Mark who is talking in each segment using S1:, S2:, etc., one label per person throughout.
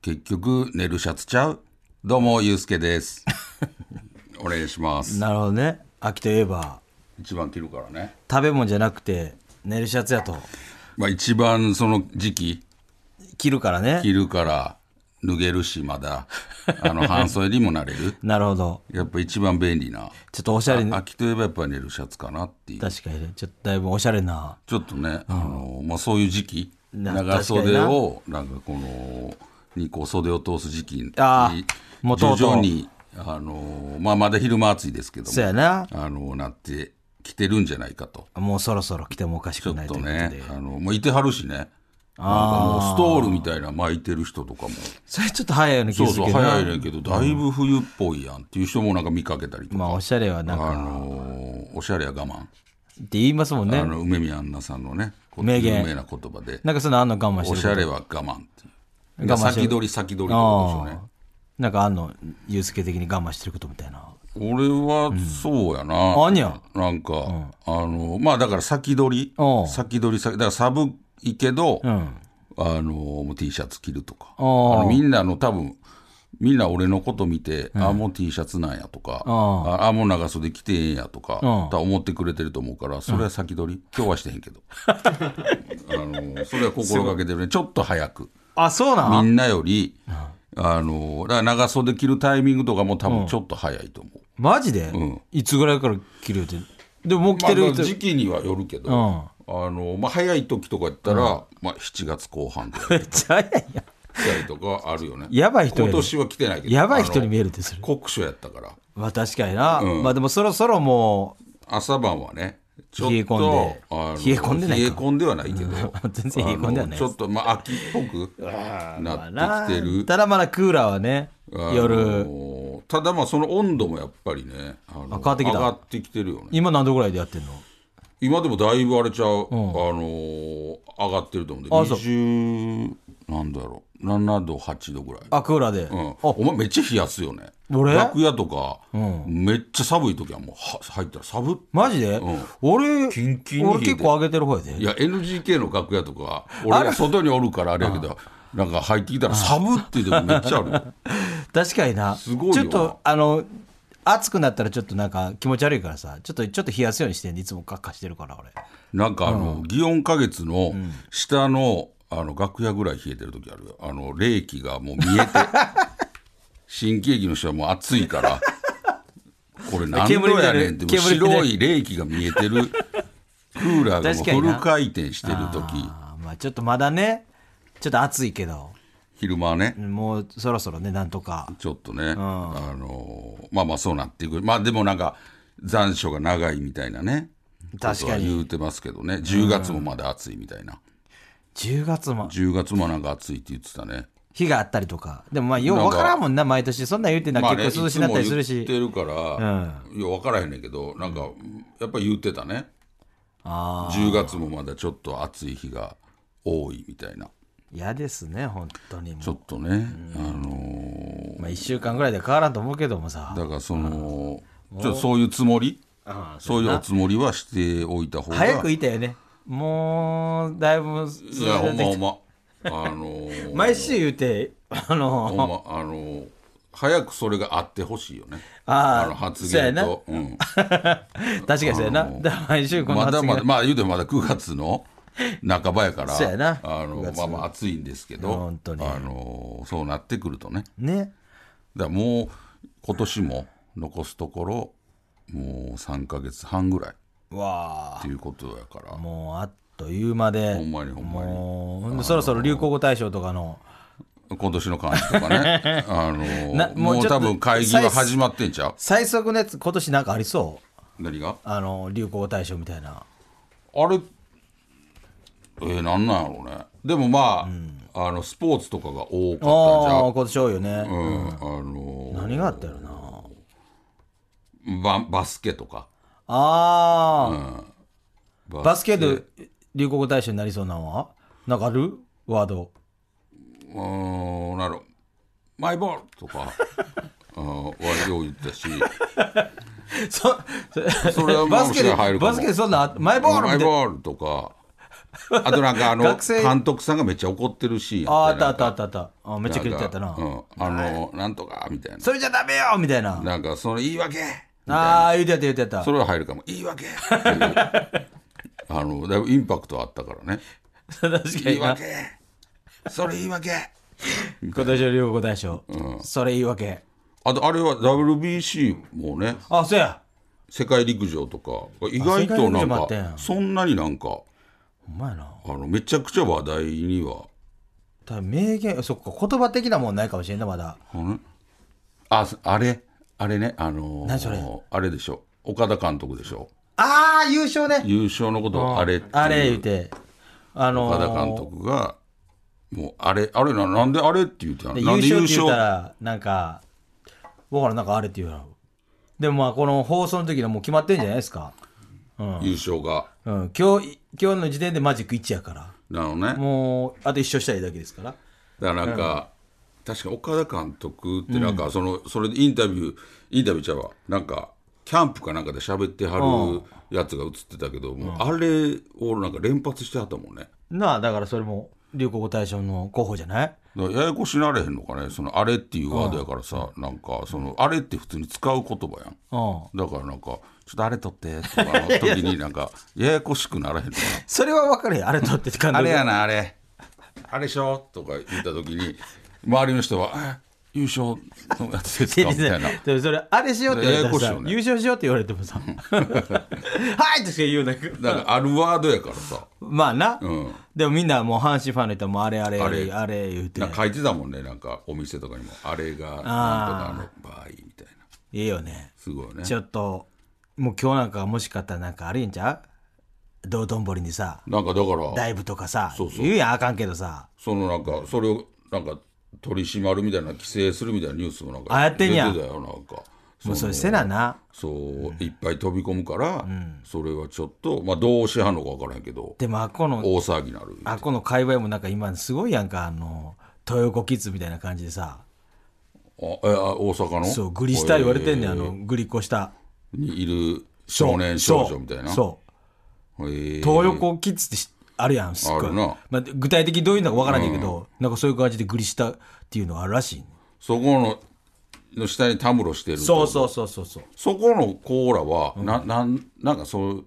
S1: 結局寝るシャツちゃうどうも、ゆうすけです。お願いします。
S2: なるほどね。秋といえば、
S1: 一番着るからね。
S2: 食べ物じゃなくて、寝るシャツやと、
S1: まあ一番その時期、
S2: 着るからね
S1: 着。るから、脱げるし、まだ、あの、半袖にもなれる。
S2: なるほど。
S1: やっぱ一番便利な。
S2: ちょっとおしゃれに、
S1: 秋といえばやっぱ寝るシャツかなっていう。
S2: 確かにね、ちょっとだいぶおしゃれな。
S1: ちょっとね、あの、まあそういう時期、
S2: な
S1: 長袖を、なんかこの、にこう袖を通す時期に、
S2: あー
S1: 徐
S2: もうとうとう
S1: 々に、あの、まあまだ昼間暑いですけど
S2: そうや
S1: も、
S2: な。
S1: あの、なってきてるんじゃないかと。
S2: もうそろそろ着てもおかし
S1: ちょ
S2: くな
S1: っ
S2: いと
S1: と
S2: いうこと
S1: ね
S2: で。、
S1: あの、もういてはるしね。なんかもう
S2: ああ。
S1: ストールみたいな巻いてる人とかも、
S2: それちょっと早いような気
S1: そ
S2: が
S1: う
S2: する
S1: そ
S2: け
S1: う、
S2: どな
S1: 早いねんけど、だいぶ冬っぽいやんっていう人もなんか見かけたりと
S2: ま
S1: か、
S2: あおしゃれはなん
S1: あ
S2: か、
S1: の、おしゃれや我慢。
S2: って言いますもんね
S1: あ。の、梅宮アンナさんのね、こう
S2: 名言
S1: 有名な言葉で。
S2: なんかそんなあんの我慢して
S1: お
S2: る
S1: し
S2: こと。
S1: ゃれは我慢っていう。
S2: 我慢してる
S1: 先取り先取りってことでしょうね
S2: ああ。なんかあんの、ゆうすけ的に我慢してることみたいな。
S1: 俺はそうやな。
S2: あんにゃ
S1: なんか、あの、まあだから先取り
S2: うん、
S1: 先取り先、だから寒いけど、
S2: うん。
S1: あの、もう T シャツ着るとか。
S2: あ
S1: あ
S2: ー
S1: のみんなの多分、みんな俺のこと見て、あ、もう T シャツなんやとか、
S2: あ
S1: あ、もう長袖着てええんやとか、
S2: うん
S1: 多分思ってくれてると思うから、それは先取り、今日はしてへん けど。あの、それは心がけてるね。ちょっと早く。
S2: あ、そうな
S1: み
S2: ん
S1: んなより、あの、だから長袖着るタイミングとかも多分ちょっと早いと思う。
S2: マジで、
S1: ん
S2: いつぐらいから着る予定でももう着
S1: まあ
S2: てる人、
S1: 時期にはよるけど、
S2: うん
S1: あの、まあ、早い時とかやったら、まあ、7月後半でやっ
S2: め っちゃ早いやん
S1: たりと かあるよね。
S2: やばい人やね
S1: 今年は来てないけど。
S2: やばい人に見え
S1: る。
S2: るってする。
S1: 酷暑やったから、
S2: まあ確かにな。まあでもそろそろも
S1: 朝晩はね、ちょっと
S2: 冷え込んで
S1: あの
S2: 冷え込んでないか
S1: 冷え込んではないけど
S2: う、、全然冷え込んではないで
S1: あの
S2: す
S1: ちょっと、まあ、秋っぽくなってきてる。
S2: ただまだクーラーはね、
S1: あ
S2: 夜、
S1: のただまあその温度もやっぱりねあの
S2: 変わってきた
S1: 上がってきてるよね
S2: 今何度ぐらいでやってんの
S1: 今でもだいぶあれちゃう、あのー上がってると思うんで
S2: あそう
S1: 20なんだろう7度8度ぐらい、
S2: あ、クーラーで。
S1: うん
S2: あ、
S1: お前めっちゃ冷やすよね
S2: 俺
S1: 楽屋とか、めっちゃ寒い時はもうは入ったら寒っ
S2: マジで、
S1: ん
S2: 俺、
S1: キンキンに冷え
S2: 俺
S1: て
S2: 結構上げてる方や
S1: い
S2: で。
S1: や NGK の楽屋とか俺が外におるからあれやけどなんか入ってきたら寒っていう時めっちゃあるよ
S2: 確かにな。
S1: すごいよ
S2: ちょっと、あの、暑くなったらちょっとなんか気持ち悪いからさ、ちょっと、ちょっと冷やすようにしてんで、いつもカッカしてるから俺。
S1: なんかあの、祇園花月の下のあの楽屋ぐらい冷えてる時あるよあの冷気がもう見 えて新喜劇の人はもう暑いからこれ何度やねんってもう
S2: 煙出る煙出る
S1: 白い冷気が見えてるクー
S2: 確
S1: ラーがもう
S2: かに
S1: フ
S2: な
S1: ル回転してる時
S2: あーまあちょっとまだね、ちょっと暑いけど、
S1: 昼間はね
S2: もうそろそろね、なんとか。
S1: ちょっとね、あのまあまあそうなっていくまあでもなんか残暑が長いみたいなね
S2: 確かに
S1: ことは言うてますけどね10月もまだ暑いみたいな、
S2: 10月も
S1: 10月もなんか暑いって言ってたね
S2: 日があったりとか。でもまあ、よう
S1: なん
S2: 分
S1: か
S2: からんもんな、毎年。そんなん言うてんのは結構涼しになったりする
S1: い
S2: し。
S1: つも言ってるから、いや分からへんねんけどなんかやっぱり言ってたね
S2: ああ、
S1: 10月もまだちょっと暑い日が多いみたいな
S2: 嫌ですね、本当にもう。
S1: ちょっとね、あの
S2: まあ、1週間ぐらいで変わらんと思うけどもさ
S1: ー。だからそのちょっとそういうつもりそういうおつもりはしておいた方が
S2: 早くいたよね。もう、だいぶ、
S1: いやほんまほんまあの ー
S2: 毎週言うて、あ
S1: ほん
S2: の、
S1: まあのー早くそれがあってほしいよね
S2: あー
S1: の発言と、うん
S2: 確かにそうやな。だから毎週この
S1: まだ
S2: 発
S1: ま
S2: 言
S1: だ、まあ言うてもまだ9月の半ばやから、
S2: そうやな
S1: あのまあまあ暑いんですけど、
S2: 本当に
S1: あのそうなってくるとね、
S2: ね。
S1: だからもう今年も残すところ、もう3か月半ぐらいっ
S2: わ
S1: ていうことやから
S2: あ、、もう、あっという間で。
S1: ほんまにほんまに、
S2: もうほんでそろそろ流行語大賞とかの、
S1: 今年の感じと かね、
S2: な
S1: あの
S2: もうちょ
S1: もう
S2: っと
S1: 多分会議が始まってんちゃう
S2: 最速のやつ、今年なんかありそう
S1: 何が
S2: あの、流行語大賞みたいな。
S1: あれ、えー、なんなんやろうね。でもまあ、あのスポーツとかが多かったんじゃ
S2: ああ
S1: う
S2: 今年多いよね、
S1: うん、あの
S2: 何があったよな
S1: ババスケとか
S2: ああ、
S1: バ
S2: バスケで流行語大賞になりそうなのはなんかあるワード
S1: うーんなるマイボール とかあ割を言ったし
S2: そ
S1: それはも
S2: バス
S1: し
S2: ケ
S1: かしたら
S2: で
S1: 入るかも
S2: バスケでそんなマイボールみ
S1: マ
S2: た
S1: イ
S2: いな
S1: ボールとかあとなんかあの
S2: 学生
S1: 監督さんがめっちゃ怒ってるシーン
S2: ああ
S1: や
S2: ったあ
S1: よ
S2: ったあったあったあめっちゃキレてやったな、
S1: うん、あのなんとかみたいな
S2: それじゃダメよみたいな
S1: なんかその言い訳みたいな
S2: ああ言うてやった言うてやった
S1: それは入るかも言い訳っていう あのだいぶインパクトあったからね
S2: 確か
S1: 言
S2: に
S1: い
S2: な
S1: 訳それ言い訳
S2: 今年の流行語大賞、それ言い訳
S1: あとあれは WBC もね
S2: あそうや
S1: 世界陸上とか意外と
S2: 世界陸
S1: な
S2: 上
S1: ん
S2: もあ
S1: か
S2: ったやん
S1: そんなになんか
S2: ほんまやな
S1: あのめちゃくちゃ話題には
S2: ただ名言そっか言葉的なもんないかもしれんなまだ
S1: あれあすあれあれねあのー
S2: 何それ
S1: あれでしょ岡田監督でしょ
S2: ああ優勝ね
S1: 優勝のことをあれっていう
S2: あれ言うてあのー
S1: 岡田監督がもうあれあれななんであれって言ってた
S2: で
S1: の
S2: 優
S1: なんで
S2: 勝って言ったらなんか僕らなんかあれって言うのでもまあこの放送の時のもう決まってんじゃないですか、
S1: 優勝が
S2: うん、今日今日の時点でマジック1やから
S1: なのね
S2: もうあと1勝したいだけですから
S1: だからなんか、確か岡田監督ってなんかその、それでインタビューインタビューちゃうわなんかキャンプかなんかで喋ってはるやつが映ってたけど、もうあれをなんか連発してはったもんね
S2: なあだからそれも流行語大賞の候補じゃない
S1: だからややこしなれへんのかねそのあれっていうワードやからさ、なんかそのあれって普通に使う言葉やん
S2: うん
S1: だからなんかちょっとあれ取ってとかの時になん かややこしくならへんのかな
S2: それは分かるやんあれ取ってって感
S1: あれ
S2: じ
S1: やなあれあれでしょとか言った時に周りの人はあ「優勝のやつですか」みた いな
S2: でもそれあれしようって言われたら
S1: やや
S2: さ
S1: こしいよね
S2: 優勝しようって言われても さ「はい!」としか言うなく
S1: だからあるワードやからさ
S2: まあな、
S1: ん
S2: でもみんなもう阪神ファンの人はもうあれあれあ
S1: あ
S2: れ
S1: れ
S2: あれ言うて
S1: なんか書いてたもんねなんかお店とかにも「あれがなんとかの場合」みたいない
S2: いよね
S1: すごいね
S2: ちょっともう今日なんかもしかったらなんかあれんちゃう道頓堀にさ
S1: なんかだから
S2: ダイブとかさ
S1: そうそう
S2: 言うやんあかんけどさ
S1: そのなんかそれをなんか取り締まるみたいな規制するみたいなニュースもなん
S2: あや
S1: か
S2: ってんや
S1: 出てたよなんか
S2: もうそ
S1: の
S2: れせなな
S1: そういっぱい飛び込むからそれはちょっとまあどうしはんのか分からへんけど
S2: でもあっこの
S1: 大騒ぎになる
S2: あっこの界隈もなんか今すごいやんかあの豊子キッズみたいな感じでさ
S1: あえあ大阪の
S2: そうグリ下言われてんねん、
S1: えー
S2: あのグリコ下
S1: にいる少年少女みたいな
S2: そう
S1: う、えー
S2: 東横キッズってしあるやん、すっごい。
S1: あるな
S2: まあ、具体的にどういうのかわからないけど、なんかそういう感じでグリしたっていうのがあるらしいね、
S1: そこのの下にたむろしてる
S2: そうそうそうそうそう。
S1: そこのコーラは、ななんなんかそう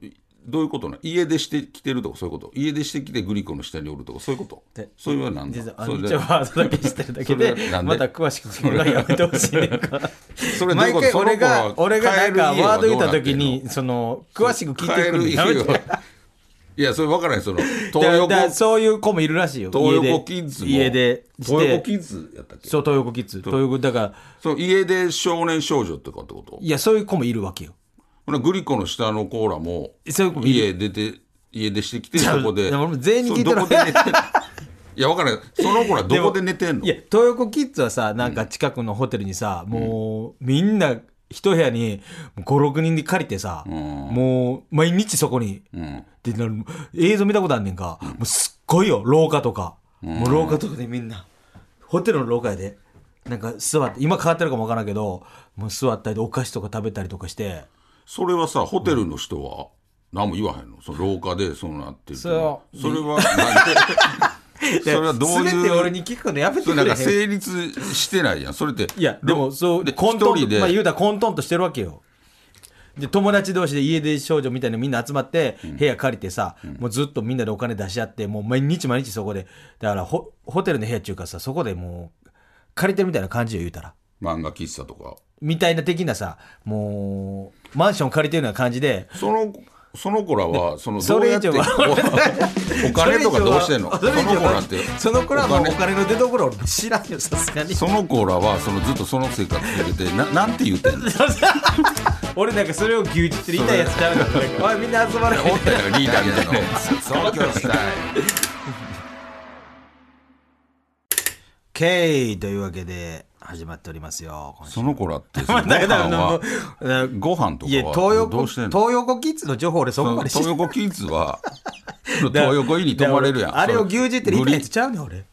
S1: どういうことなの家出してきてるとかそういうこと家出してきてグリコの下におるとかそういうこと
S2: で
S1: そういうのはなんだ
S2: 実はあ
S1: そ
S2: の
S1: れ
S2: 一応ワードだけしてるだけで
S1: それなんで
S2: また詳しく聞くのはやめてほし いねんか
S1: それどうい
S2: 毎
S1: うこ
S2: 回
S1: とその
S2: 俺が
S1: 子は
S2: 俺がなんか
S1: 帰る家は
S2: ワード言っ
S1: どう
S2: た
S1: なって
S2: 時
S1: んの
S2: にその詳しく聞いてくるの
S1: 帰
S2: やめて
S1: 家はいやそれ分からへんその東
S2: だ
S1: 横
S2: だそういう子もいるらしいよ
S1: 東
S2: 家
S1: 横
S2: で
S1: キッズも
S2: 家でして
S1: 東横キッズやったっけ
S2: そう東横キッズ東横だから
S1: その家出少年少女とかってこと
S2: いやそういう子もいるわけよ
S1: ほなグリコの下のコーラも
S2: そういう子もいる
S1: 家出て家出してきて
S2: ちゃう
S1: そこで
S2: いや俺も全員に聞いて
S1: そ
S2: る
S1: うどこで寝て んのいや分からないその子らどこで寝てんの
S2: いや東横キッズはさなんか近くのホテルにさ、もうみんな一部屋に56人で借りてさ、もう毎日そこに、でな映像見たことあんねんか、もうすっごいよ廊下とか、もう廊下とかでみんなホテルの廊下やでなんか座って今変わってるかもわからんけどもう座ったりお菓子とか食べたりとかして
S1: それはさホテルの人は何も言わへんのその廊下でそうなってるっていうの
S2: そう
S1: それは何 それはどう
S2: 全て俺
S1: いう
S2: に聞くのやめてく
S1: それなん
S2: れへ
S1: か
S2: ん
S1: 成立してないやんそれって
S2: いや、でもそう、
S1: で
S2: 混沌
S1: 一人
S2: と、
S1: で
S2: まあ、言うたら混沌としてるわけよ。で、友達同士で家出少女みたいなみんな集まって、部屋借りてさ、もうずっとみんなでお金出し合って、もう毎日毎日そこで、だからホホテルの部屋っていうかさ、そこでもう、借りてるみたいな感じよ、言うたら。
S1: 漫画喫茶とか
S2: みたいな的なさ、もう、マンション借りてるような感じで、
S1: そのその子らはその
S2: そ
S1: どう
S2: れ
S1: や
S2: 以
S1: って
S2: 上
S1: こ
S2: は
S1: うお金とかどうしてんのそ
S2: それ以上
S1: の子ら
S2: は
S1: って
S2: その子らはもう
S1: お金
S2: お金の出所俺知らんよ、さすが に。
S1: その子らはそのずっとその生活続けてななんて言うてんの
S2: 俺なんかそれを牛耳ってる痛いやつちゃうから、なんかおいみんな集まれ。
S1: おったよリーダーみたいな東京スタイル
S2: OK! というわけで始まっておりますよ。今週
S1: その頃って、その
S2: まあだ
S1: ご飯
S2: からも
S1: は
S2: う、だから
S1: ご飯と
S2: い
S1: か
S2: や、
S1: は
S2: 東横、
S1: どうしてん
S2: 東
S1: の
S2: 横キッズの情報俺そこまで
S1: 東
S2: て
S1: 横キッズは、東横イに泊まれるやん。
S2: あれを牛耳ってる
S1: グ
S2: みたいなや
S1: リ
S2: つちゃうねん俺。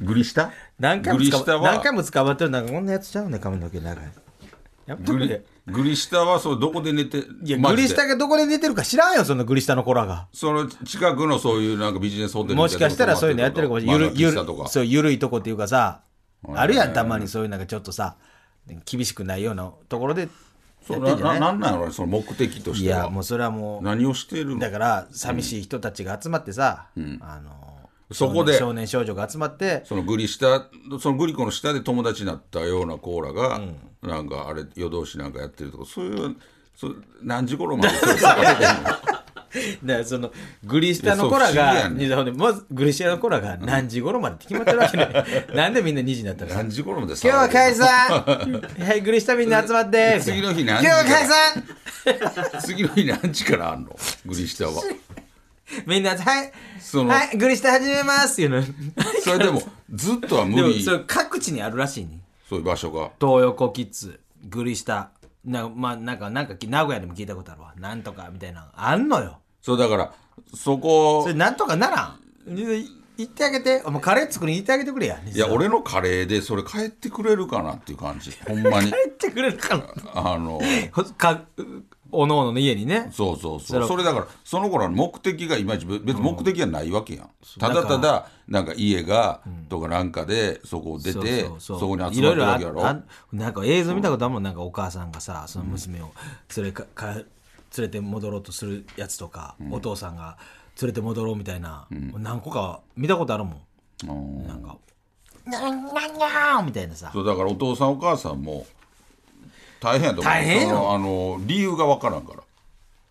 S1: グリ下
S2: 何回も
S1: グリ
S2: 捕
S1: 下
S2: ま何回
S1: は、
S2: も捕まってるなんかこんなやつちゃうねん髪の毛長い。やっとく
S1: グリ
S2: れ。
S1: グリ下は、そう、どこで寝て、
S2: いや、
S1: マ
S2: グ
S1: ジで
S2: リ下がどこで出てるか知らんよ、そのグリ下の子らが。
S1: その近くのそういうなんかビジネスホテルみ
S2: も
S1: い
S2: し
S1: な
S2: かしたらそういうのやってるかもしれない。ゆる、ゆ
S1: とこ泊まってるとかまあ喫茶と
S2: る、
S1: か
S2: そう、ゆるいとこっていうかさ、あるやん、たまにそういうなんかちょっとさ、厳しくないようなところでやって
S1: そ
S2: ん
S1: う
S2: じゃ
S1: な
S2: ない
S1: ななんなんやろねその目的とし
S2: い
S1: て
S2: や、
S1: は
S2: もうそれはもう、
S1: 何をしてるの
S2: だから、寂しい人たちが集まってさ、あの、
S1: そこで
S2: 少年少女が集まって、
S1: そのグリ下そのグリコの下で友達になったようなコーラが、なんかあれ夜通しなんかやってるとかそういうそう何 時頃までそういうことやってんの
S2: だからその、グリ下の子ら
S1: いや
S2: が、
S1: そう不思議
S2: ほんでまずグリ下の子らが何時頃までって決まってるわけね。 なんでみんな2時になったの
S1: 何時頃まで
S2: 今日は解
S1: 返
S2: 散はい、グリ下みんな集まって
S1: 次の日何
S2: 今
S1: 時
S2: 日は解散
S1: 次の日何時からあんのグ リ下は
S2: みんな、はい、
S1: その
S2: はい、グリ下始めますっていうの。
S1: それでもずっとは無
S2: でも
S1: 理、
S2: そ
S1: そ
S2: れ各地にあるらしいね。
S1: ういう場所が
S2: 東横キッズ、グリ下、な、まあ、なんか、なんか、名古屋でも聞いたことあるわ。なんとかみたいなのあんのよ。
S1: そうだからそこ
S2: それなんとかならん。い言ってあげて、お前カレー作りに行ってあげてくれや。
S1: いや、俺のカレーでそれ帰ってくれるかなっていう感じ。ほん ま
S2: 言
S1: に。
S2: ってくれるかな。
S1: あの、
S2: ほか、おのおのの家にね。
S1: そうそう
S2: そ
S1: そ
S2: れ
S1: う。それだから、その頃の目的がいまいち、別に目的はないわけやん。ただただ、なんか家が、とかなんかで、そこを出て、そこに集まってるわけや
S2: いろいろああ
S1: ろ。
S2: なんか映像見たことあるもん、なんかお母さんがさその娘を連れかか連れて戻ろうとするやつとか、お父さんが連れて戻ろうみたいな、何個か見たことあるもん、なんか「にゃんにゃんにゃん」みたいなさ
S1: そう、だからお父さんお母さんも、大変やと思う。
S2: 大変よ
S1: そのあの、理由がわからんから。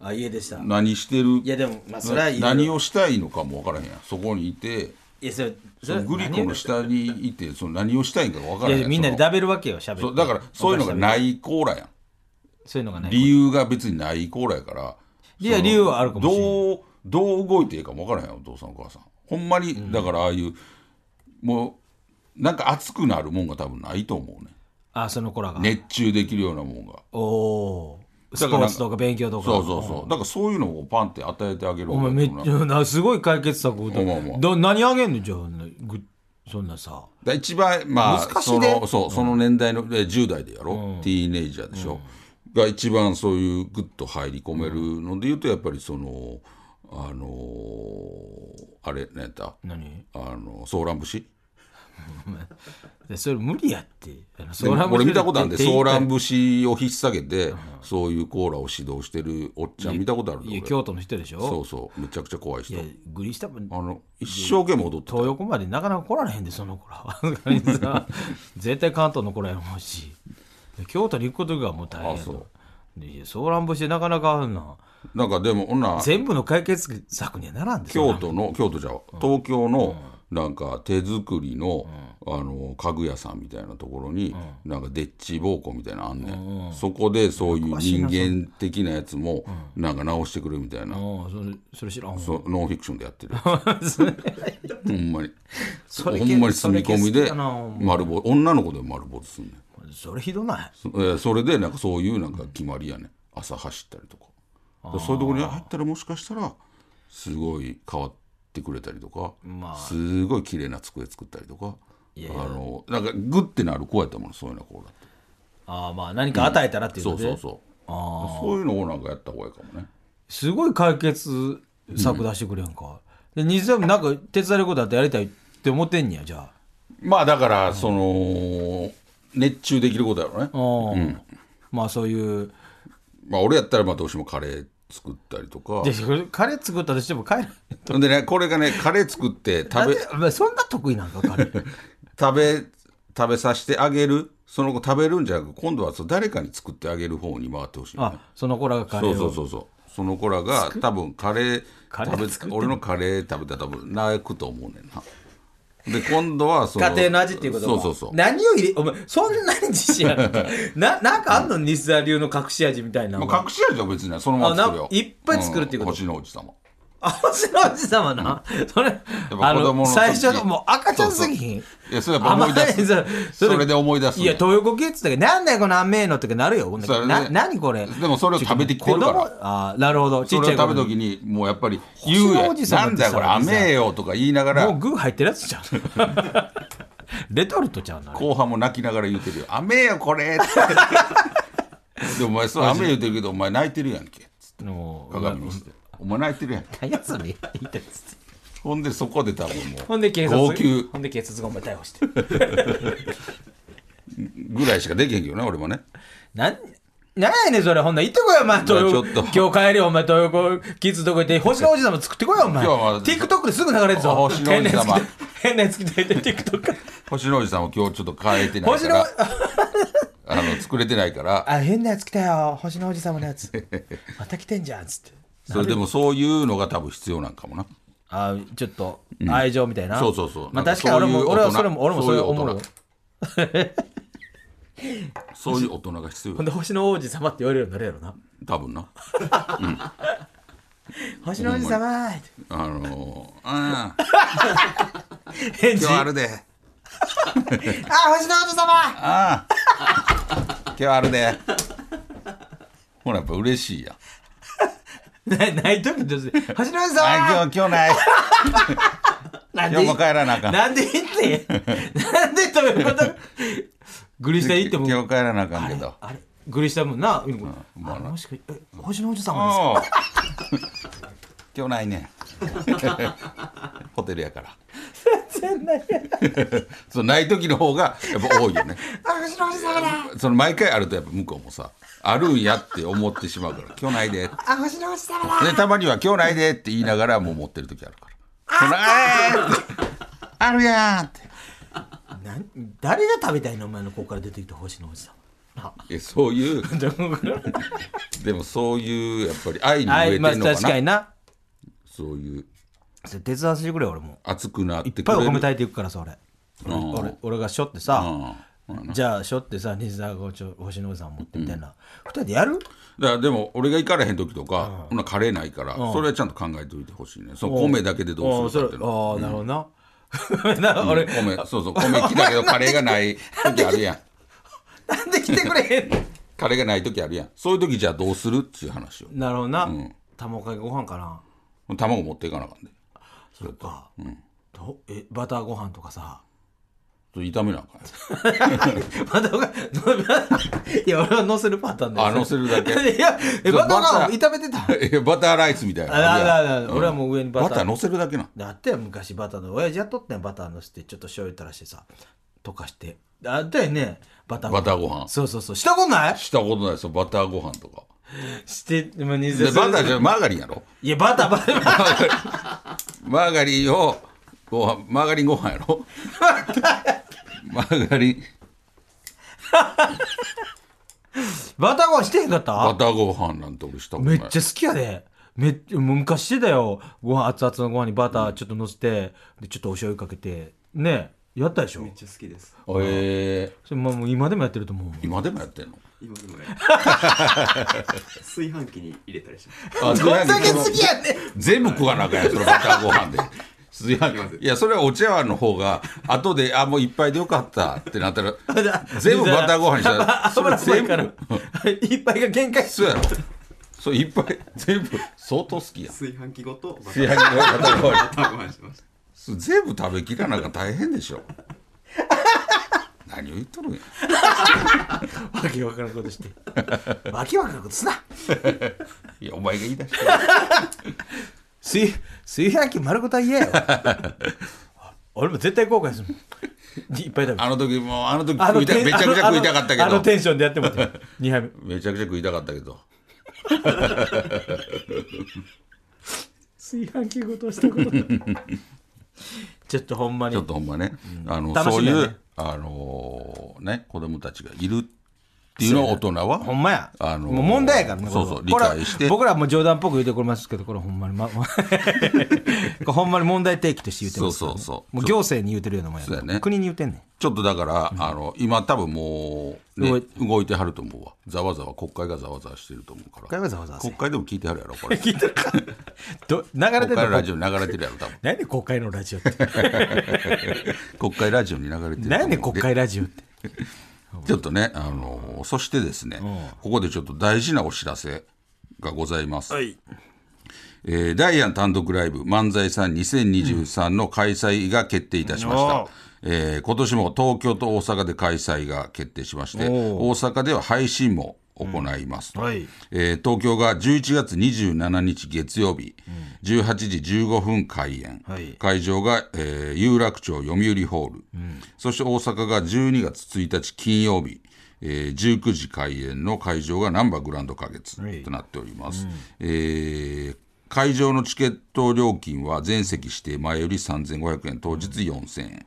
S2: あ家でしたい
S1: 何してる。
S2: やでもまあそれはいい
S1: 何
S2: を
S1: をしたいのかもわからへんやん。そこにいて、
S2: いやそれそ
S1: そ
S2: れ
S1: のグリコの下にいて、その何をしたいんかわか
S2: い
S1: らへん
S2: や
S1: やん。
S2: みんなで
S1: その
S2: 食べるわけよしゃべ
S1: そうだから、そういうのがないコーラやん。
S2: そういうのがない
S1: 理由が別にないコーラやから
S2: いや
S1: その
S2: 理由はあるかもしれな
S1: どうどう動いていいかも分からへんお父さんお母さんほんまに、だからああいうもうなんか熱くなるもんが多分ないと思うね
S2: あその子らが、
S1: 熱中できるようなもんが
S2: おおース
S1: だ
S2: ポ
S1: からな
S2: ー
S1: んか
S2: ツとか勉強とか
S1: そうそうそうだからそういうのをパンって与えてあげる
S2: お前めっちゃなすごい解決策を
S1: お前お前
S2: だ何あげんのじゃあぐそんなさ
S1: だ一番まあ
S2: 難しい
S1: そ
S2: で
S1: のそうその年代の、え10代でやろ、ティーネイジャーでしょ、が一番そういうグッと入り込めるので言うとやっぱりそのあのーあれ何やった
S2: 何
S1: あのソーラン節
S2: でそれ無理やってあの
S1: で
S2: ソーラン節
S1: 俺見たことあるんで
S2: で
S1: ソーラン節を引っ提げて、そういうコーラを指導してるおっちゃん見たことあるん
S2: い
S1: で
S2: や
S1: 俺
S2: 京都の人でしょ
S1: そうそうめちゃくちゃ怖い人
S2: いや
S1: あ
S2: グリ下も
S1: の一生懸命踊ってた
S2: 東横までなかなか来られへんでその子ら は絶対関東の子らや思うしで京都に行くことがもう大変や
S1: あそ
S2: とでいやソーラン節なかなかあんな
S1: なんかでも女
S2: 全部の解決策にはならんで
S1: 京都の京都じゃ東京のなんか手作りの,、あの家具屋さんみたいなところに、なんかデッチ奉公みたいなのあんねん、そこでそういう人間的なやつもなんか直してくれみたいな、
S2: それうんそれそれ知らんわ
S1: そうノンフィクションでやってる
S2: それ
S1: ほんまに
S2: そ
S1: ほ
S2: れ
S1: んまに住み込み
S2: それ消し
S1: で
S2: たなほんま
S1: 丸坊女の子で丸坊主すんねん
S2: それひどない
S1: そ,、えーそれでなんかそういうなんか決まりやね朝走ったりとかそういうところに入ったらもしかしたらすごい変わってくれたりとか、
S2: まあ
S1: すごい綺麗な机作ったりとか
S2: いやい
S1: あ
S2: や
S1: のなんかグッてなる子やったもんそういうのこうだって
S2: ああまあ何か与えたらっていう
S1: そ
S2: の
S1: う
S2: で、
S1: そうそうそういうのをなんかやった方がいいかもね
S2: すごい解決策出してくれやんか、で西田もなんか手伝えることあってやりたいって思ってんねやじゃあ
S1: まあだからその熱中できることやろね、
S2: うん、まあそういう
S1: まあ、俺やったらまあどうしてもカレー作ったりとか
S2: でこれカレー作ったとしても帰る
S1: ほんでねこれがねカレー作って
S2: だ
S1: 食
S2: っ
S1: べ
S2: てお前そんな得意なんかカレ ー
S1: 食べ食べさせてあげるその子食べるんじゃなく今度はそう誰かに作ってあげる方に回ってほしい、ね、
S2: あその子らがカレ
S1: そ
S2: ー
S1: う
S2: を
S1: そうそうそうその子らが多分カレー
S2: カレー作っ
S1: 食べ俺のカレー食べたら多分泣くと思うねんなで今度はその
S2: 家庭の味っていうこと
S1: そ
S2: は
S1: うそうそう
S2: 何を入れお前そんなに自信あ るのかななんかあんの西田流の隠し味みたいなの
S1: まあ隠し味は別にねそのまま作るよ
S2: あないっぱい作るっていうこと
S1: ん星の王子様
S2: あの白おじさまな、それ、
S1: 子
S2: あ
S1: 供の
S2: の、
S1: 時
S2: 最初のもう赤ちゃんすぎひん。
S1: いやそれやっぱ思い出す
S2: 甘
S1: それで思い出す
S2: いや、東横キッズだけど、なんだよ、この甘えのってなるよ、ほんで
S1: それね
S2: な、なにこれ。
S1: でもそれを食べてきてるから
S2: 子供あーなるほど。ち
S1: そ
S2: っ
S1: れ
S2: ちゃ
S1: を
S2: い
S1: 食べ
S2: 頃
S1: た
S2: に
S1: 時にもうやっぱり言う
S2: 星
S1: や
S2: の
S1: ん
S2: 王子様
S1: な
S2: って
S1: んだよこれ
S2: さ
S1: 甘えよとか言いなが
S2: もう
S1: ら
S2: グー入ってるやつじゃ ん。レトルトちゃうな。
S1: 後半も泣きながら言うてるよ「甘えよこ れ」ってでお前そう甘え言うてるけどお前泣いてるやんけつって
S2: もう、
S1: 鏡見して「お前泣いてるやんけ
S2: 何やそれ。言いたいっつって」
S1: ほんでそこで多分もう
S2: ほんで警察
S1: 号泣
S2: ほんで警察がお前逮捕 して。
S1: ぐらいしかできへんけどね俺もね
S2: なん、なんやねんそれ、ほんなら行ってこいよ、お前、東
S1: ちょ
S2: 横
S1: っと
S2: 今日帰り、お前、東横キッズとこ行って、星の王子様作ってこいよ、お前。
S1: 今日は
S2: TikTok ですぐ流れるぞ。
S1: 星の王
S2: 変
S1: 子様
S2: なやつ来て、変なやつ来て、TikTok。
S1: 星野おじさんを今日ちょっと変えてない
S2: 星
S1: か
S2: の
S1: ら、 あの作れてないから
S2: あ、変なやつ来たよ、星の王子様のや つ。また来てんじゃん、つって。
S1: それでもそういうのが多分必要なんかもな
S2: あちょっと愛情みたいな、
S1: そうそうそう
S2: まあ
S1: なんか
S2: 確かに俺も
S1: そうい
S2: 俺
S1: う大
S2: は
S1: 人
S2: それも俺もそれ思う
S1: そう
S2: よ
S1: いう大人そういう大人が必要
S2: ほんで星の王子様って言われるようになるやろな
S1: 多分な
S2: 星の王子様ーって
S1: あのー、うん
S2: 返事
S1: 今日あ
S2: あ
S1: るで
S2: 星の王子様
S1: ああ今日あるでほらやっぱ嬉しいやん
S2: ないない時に女性星の王子様
S1: あ今日今日ない
S2: なん
S1: 今
S2: で
S1: 日も帰らなあかん
S2: なんで 言ってなんでということグリ下行っても
S1: 今日帰らなあかんけど
S2: あれグリ下もんな、うん
S1: まあ
S2: あ
S1: な
S2: もしかえ星の王子様ですか
S1: ああ今日ないねホテルやから
S2: 全然ない
S1: そのない時の方がやっぱ多いよね
S2: あ星の王子様だ
S1: その毎回あるとやっぱ向こうもさあるんやって思ってしまうから今日ないでって
S2: あ星の王子様だ
S1: でたまには「今日ないで」って言いながらもう持ってる時あるから「そのあーってあるやん」って
S2: なん誰が食べたいのお前のここから出てきた星の王子様な
S1: えそういうでもそういうやっぱり愛に飢えてん
S2: まあ
S1: のか
S2: 確
S1: な、
S2: かにな
S1: そういう
S2: それ手伝わせてくれよ俺も
S1: 熱くなっ
S2: い
S1: て
S2: っ
S1: く
S2: ぱいお
S1: れ
S2: 米
S1: る
S2: 炊いていくからさ俺俺俺俺がしょってさじゃあしょってさ西田がちょ星野さん持ってみたいな二人でやる
S1: だからでも俺が行かれへん時とか、こんなカレーないから、それはちゃんと考えておいてほしいねその米だけでどうするかっていう
S2: あ
S1: の
S2: あーなるほどなな 俺
S1: 米そうそう米来たけどカレーがない時ある やん
S2: なんで来てくれへんの
S1: カレーがない時あるやんそういう時じゃあどうするっていう話を
S2: なるほどな卵かけご飯かな
S1: 卵持っていかなあかんで
S2: そっかどえバターご飯とかさ
S1: それ炒めなあかんよ
S2: バターご飯 いや俺は乗せるパターンだよ
S1: あ乗せるだけ
S2: いやえ
S1: そ
S2: バ
S1: う
S2: ターご
S1: バ
S2: 飯
S1: タ
S2: 炒
S1: ー
S2: めてた
S1: えバターライスみたいな
S2: あらあらあら
S1: うん
S2: 俺はもう上にバター
S1: バター乗せるだけなん
S2: だって昔バターの親父やっとったんバターのせてちょっと醤油垂らしてさ溶かしてあったよねバター
S1: バターご飯
S2: そうそうそうしたことない
S1: したことないですよバターご飯とか
S2: してまあに
S1: でバターじゃマーガリンやろ
S2: いやバターバター
S1: マーガリンをご飯マーガリンご飯や ろマーガリン
S2: バターご飯してへんかっ
S1: バ
S2: た
S1: ターご飯なんて俺したこと
S2: め
S1: ない
S2: っちゃ好きやでめっちゃもう昔してたよご飯熱々のご飯にバターちょっと乗せて、でちょっとお醤油かけてねやったでしょ
S3: めっちゃ好きです
S1: えー
S2: それ、まあ、もう今でもやってると思う
S1: 今でもやってんの
S3: 今でもね 炊飯器に入れたりします
S1: あ
S2: どんだけ好きやねん
S1: 全部食わなあかんやそのバターご飯で炊飯器いやそれはお茶碗の方が後であもういっぱいでよかったってなったら全部バターご飯にしたらそ
S2: 油
S1: れ
S2: っぽ
S1: 全
S2: いから
S1: 部
S2: いっぱいが限界
S1: そうやろそういっぱい全部相当好き やん
S3: 炊飯器ごとバ
S1: 炊飯器のバターご 飯
S3: ターご飯しました
S1: そう全部食べきらなきゃ大変で しょ何を言っとるんや
S2: わけわからんことしてわけわからんことすない
S1: やお前が言い出した
S2: 炊炊飯器丸ごと言えよ 俺も絶対後悔するもんいっぱい食べて
S1: あの時もうあの時食いためちゃくちゃ食いたかった
S2: あのあの
S1: けど
S2: テンションでやってもら って2杯目
S1: めちゃくちゃ食いたかったけど
S2: 炊飯器ごとしたこと ちょっとほんまに
S1: ちょっとほんまね、あの
S2: 楽
S1: そ
S2: し
S1: う
S2: み
S1: い
S2: やね
S1: う、あのーね、子供たちがいるっていうのを大人は、
S2: ほんまや、
S1: あのー
S2: もう問題やからねこれは
S1: そうそう
S2: これは
S1: 理解して
S2: 僕らはもう冗談っぽく言うてこれますけどこれほん まに、ま、これほんまに問題提起として言うてますからね、
S1: そうそうそう
S2: もう行政に言うてるようなもんや
S1: そうやね
S2: 国に言うてんねん
S1: ちょっとだから、あの今多分もう、ね
S2: 動い
S1: 動、いてはると思うわざわざわ国会がざわざわしてると思うから
S2: 国会はざわざわせん
S1: 国会でも聞いてはるやろこれ
S2: 聞いてるかど流れて
S1: 国
S2: る
S1: 会
S2: の
S1: ラジオに流れてるやろ多 分
S2: 何で国会のラジオって
S1: 国会ラジオに流れてると思うん
S2: 何で国会ラジオって
S1: ちょっとね、あのそしてですね、ここでちょっと大事なお知らせがございます。
S2: はい
S1: えーダイアン単独ライブ漫才さん2023の開催が決定いたしました。
S2: おー
S1: えー今年も東京と大阪で開催が決定しまして、大阪では配信も行いますと、
S2: はい
S1: えー東京が11月27日月曜日、18時15分開演、
S2: はい
S1: 会場が、えー有楽町読売ホール、そして大阪が12月1日金曜日、えー19時開演の会場が難波グランド花月
S2: はい
S1: となっております、えー会場のチケット料金は全席指定前より3500円当日4000円、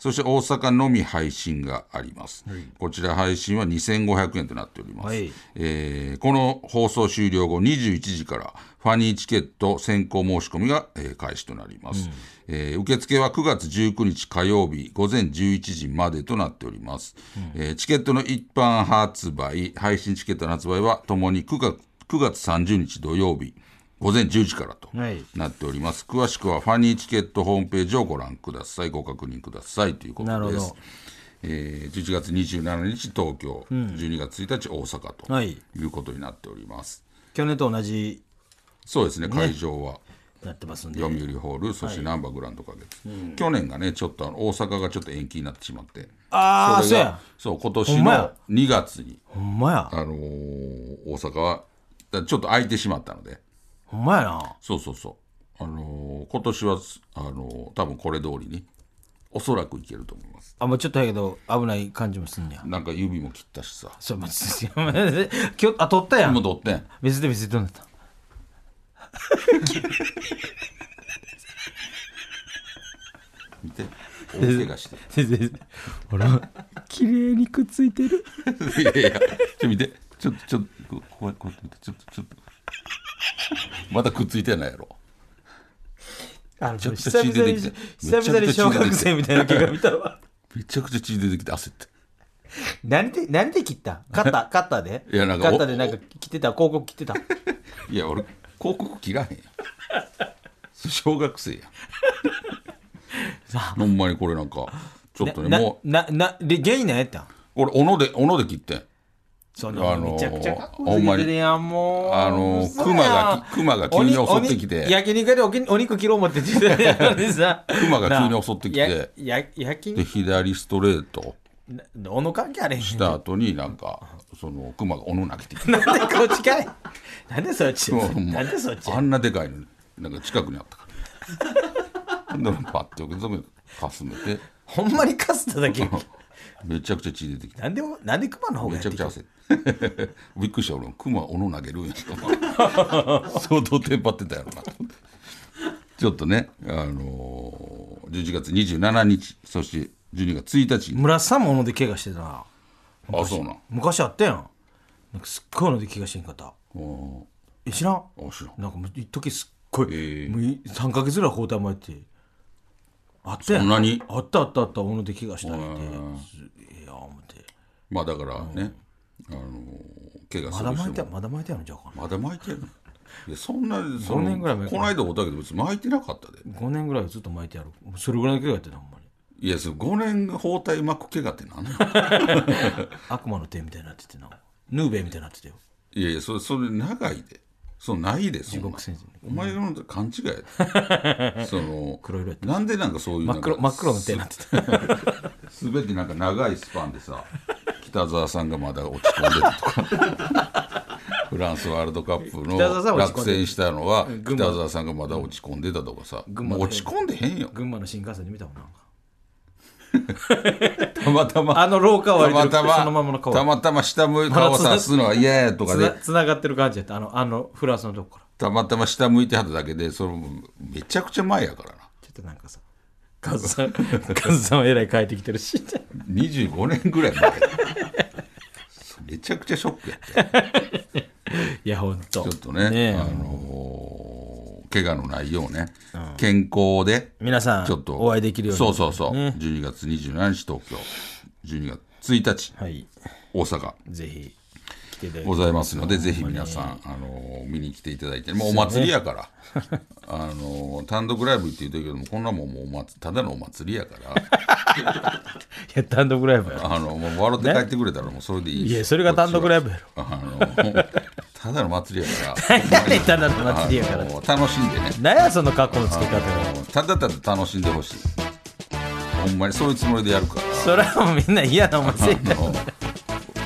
S1: そして大阪のみ配信があります、こちら配信は2500円となっております、
S2: はい
S1: えーこの放送終了後21時からファニーチケット先行申し込みが、えー開始となります、えー受付は9月19日火曜日午前11時までとなっております、えーチケットの一般発売配信チケットの発売はともに9月 ,9 月30日土曜日午前10時からと
S2: はい
S1: なっております、詳しくはファニーチケットホームページをご覧くださいご確認くださいということで
S2: な
S1: す
S2: るほど
S1: えー11月27日東京、12月1日大阪と、
S2: はいい、
S1: うことになっております
S2: 去年と同じ
S1: そうですね会場は
S2: なってますんで
S1: 読売ホール、そしてナンバーグランド花月、去年がねちょっとあの大阪がちょっと延期になってしまって
S2: ああ
S1: そ
S2: そう
S1: れ
S2: や
S1: がそう今
S2: ほ
S1: 年
S2: んま
S1: の
S2: や
S1: 2月に、
S2: ほんまや
S1: あのー大阪はだちょっと空いてしまったので
S2: ほんまやな
S1: そうそうそうあのー今年はあのー多分これ通りにおそらくいけると思います
S2: あんまちょっとやけど危ない感じもすんねや
S1: なんか指も切ったしさ
S2: そうまあすいません今日あ取ったやん
S1: 戻ってん
S2: 別で別でどうな った
S1: 見て大怪我して
S2: 先生ほら綺麗にくっついてる
S1: いやいや、ちょっと見て、ちょっと、ちょっと、ここうやこうやって見て、ちょっと、ちょっと。またくっついてないやろ。
S2: あの
S1: ちょっと
S2: 久々に
S1: 血出てき
S2: 久
S1: た
S2: 々に小学生みたいな毛が見た わ
S1: めちゃくちゃ血出てきて焦って。
S2: 何で何で切ったカッター カッターで
S1: いやなんか
S2: カッターでなんか切ってた広告切ってた
S1: いや、俺、広告切らへんやん。小学生やん。ほんまにこれなんか、ちょっとね、
S2: な
S1: もう、
S2: ななで原因なんやったん
S1: 俺、斧で、斧で切ってん。
S2: そ
S1: あのー
S2: のめちゃくちゃかっこつけてるやんもう
S1: あのー
S2: 嘘やん
S1: 熊がき熊が急に襲ってき
S2: お
S1: て
S2: におに焼肉屋でおきお肉切ろう思っててたのにさ
S1: 熊が急に襲ってき
S2: な
S1: て
S2: あやや焼
S1: で、
S2: 肉
S1: 左ストレート
S2: なおの関係あれへん
S1: した後になんか、その、熊が斧投げてきて。
S2: なんでこっちかいなんでそっち
S1: もうほんま
S2: なんでそっち
S1: あんなでかいのになんか近くにあったからでパッて置くとこにかすめて
S2: ほんまにかすっただけ
S1: めちゃくちゃ血出てきた
S2: なんでなんで熊の方がや
S1: め
S2: っ
S1: ちゃ
S2: て
S1: く
S2: き
S1: ち
S2: た
S1: ゃ焦って びっくりした俺もクマ斧投げるんや と思って相当テンパってたやろな ちょっとねあのー、11月27日そして12月1日に
S2: 村さんもので怪我してたな
S1: あそうなん
S2: 昔あったやんなんかすっごいので怪我してんかった
S1: お
S2: え知らん
S1: ーあ知らん
S2: なんかもう一時すっごい、
S1: ええ
S2: もうい3か月ぐらい交代もやってあったや
S1: そんなに
S2: あったあったあった小野で怪我したりてすええやん思って
S1: まあだからね、あのー、怪我
S2: ますだ
S1: る人
S2: 巻い
S1: も
S2: てまだ巻いてあるんじゃうかな
S1: まだ巻いてるのいやそんなそ
S2: 五年ぐらい
S1: の
S2: 前
S1: こ
S2: か
S1: の
S2: な
S1: 間おったけど別に巻いてなかったで
S2: 5年ぐらいずっと巻いてあるもうそれぐらいの怪我やってたほんまに
S1: いやその5年包帯巻く怪我って何なの
S2: 悪魔の手みたいになっててなヌーベイみたいになってたよ
S1: いやいやそれそれ長いでそのないでそんな
S2: 獄先生
S1: お前の勘違いやでその
S2: 黒色やった
S1: なんでなんかそういう
S2: 真っ黒
S1: なんか
S2: 真っ黒の手になって た
S1: すべてなんか長いスパンでさ北澤さんがまだ落ち込んでるとか フランスワールドカップ
S2: 北澤さん
S1: の
S2: は落ち
S1: 落
S2: 込んでる
S1: 選したのは北
S2: 群馬
S1: 澤さんがまだ落ち込んでたとかさ
S2: 群馬
S1: もう落ち込んでへん よ
S2: 群馬の新幹線で見たもんなんか
S1: たまたま
S2: あの廊下を
S1: た
S2: 歩いて
S1: ま
S2: る
S1: たま
S2: そのままの顔
S1: たまたま下向い顔さすのは嫌やとか
S2: つ
S1: で
S2: なつながってる感じやったあのあのフランスのとこから
S1: たまたま下向いてはっただけでそのめちゃくちゃ前やからな
S2: ちょっとなんかさカズさん カズさんはえらい帰ってきてるし
S1: 25年ぐらい前めちゃくちゃショックや ったよ
S2: いやほんと
S1: ちょっとね
S2: え
S1: あのー怪我のないようね、健康で
S2: 皆さん
S1: ちょっと
S2: お会いできるように
S1: そうそうそう、12月27日東京12月1日、
S2: はい
S1: 大阪
S2: ぜひていただいて
S1: ございますので、ぜひ皆さん、あの見に来ていただいて、もうお祭りやから、 あの単独ライブって言うてるけども、こんなもんもうお祭ただのお祭りやから、
S2: いや単独ライブやろ
S1: あのもう笑って帰ってくれたらもうそれでいいし
S2: いやそれが単独ライブやろ
S1: こっちはあのただの祭りやから、
S2: 何ただの祭りやから
S1: あの楽しんでね、
S2: 何やその格好のつけ方が
S1: ただただ楽しんでほしい。ほんまにそういうつもりでやるから。
S2: それはもうみんな嫌な思いせえ
S1: あの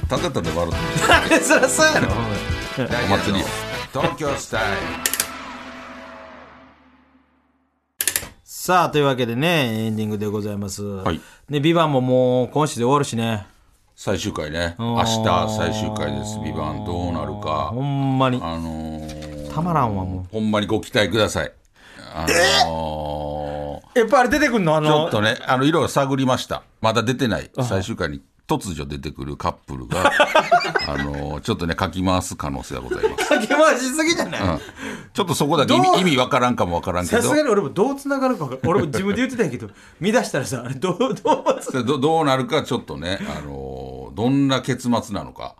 S1: ただただ笑ってほしい
S2: や そりゃそうやろ
S1: お祭り東京スタイ
S2: さあというわけでねエンディングでございます、
S1: い
S2: ね「ビバンももう今週で終わるしね
S1: 最終回ね
S2: ん
S1: 明日最終回です「ビバンどうなるか
S2: ほんまに
S1: あのー
S2: たまらんわも
S1: ほんまにご期待くださいあのー
S2: うやっぱあれ出てくんのあ
S1: ちょ
S2: の
S1: っとねあの色々探りましたまだ出てない最終回に突如出てくるカップ ルがあのーちょっとねかき回す可能性がござ います
S2: かけ回しすぎじゃない、
S1: うんちょっとそこだけ意
S2: どう
S1: 味意味わからんかもわからんけ
S2: さ
S1: ど
S2: すがに俺もどうつながるか分からん俺も自分で言ってたんやけ ど見出したらさあれどうどうつ
S1: それどどうなるかちょっとね、あのーどんな結末なのか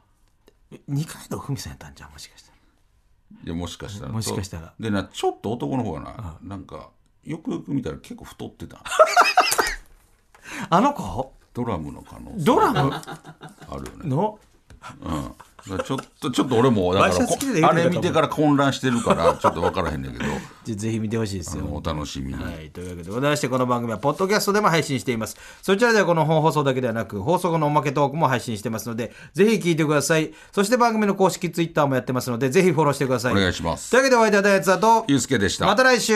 S2: 二階堂ふみさんやったんじゃんもしかしたら
S1: いやもしかしたら
S2: もしかしたら
S1: そうでなちょっと男の方がななんかよくよく見たら結構太ってた
S2: あの子
S1: ドラムの可能性
S2: ドラム
S1: あるよね
S2: の
S1: だからちょっとちょっと俺もだ
S2: ワイ
S1: か
S2: シ
S1: ら
S2: ャツ
S1: こ
S2: 着てたら言うてたか
S1: あ
S2: も
S1: れ見てから混乱して るからちょっと分からへんねんけど
S2: じゃあぜひ見てほしいですよ
S1: お楽しみに、
S2: はい、というわけでございましてこの番組はポッドキャストでも配信していますそちらではこの本放送だけではなく放送後のおまけトークも配信してますのでぜひ聞いてくださいそして番組の公式ツイッターもやってますのでぜひフォローしてください
S1: お願いします
S2: というわけでお会いいたいやつだと
S1: ゆうすけでした
S2: また来週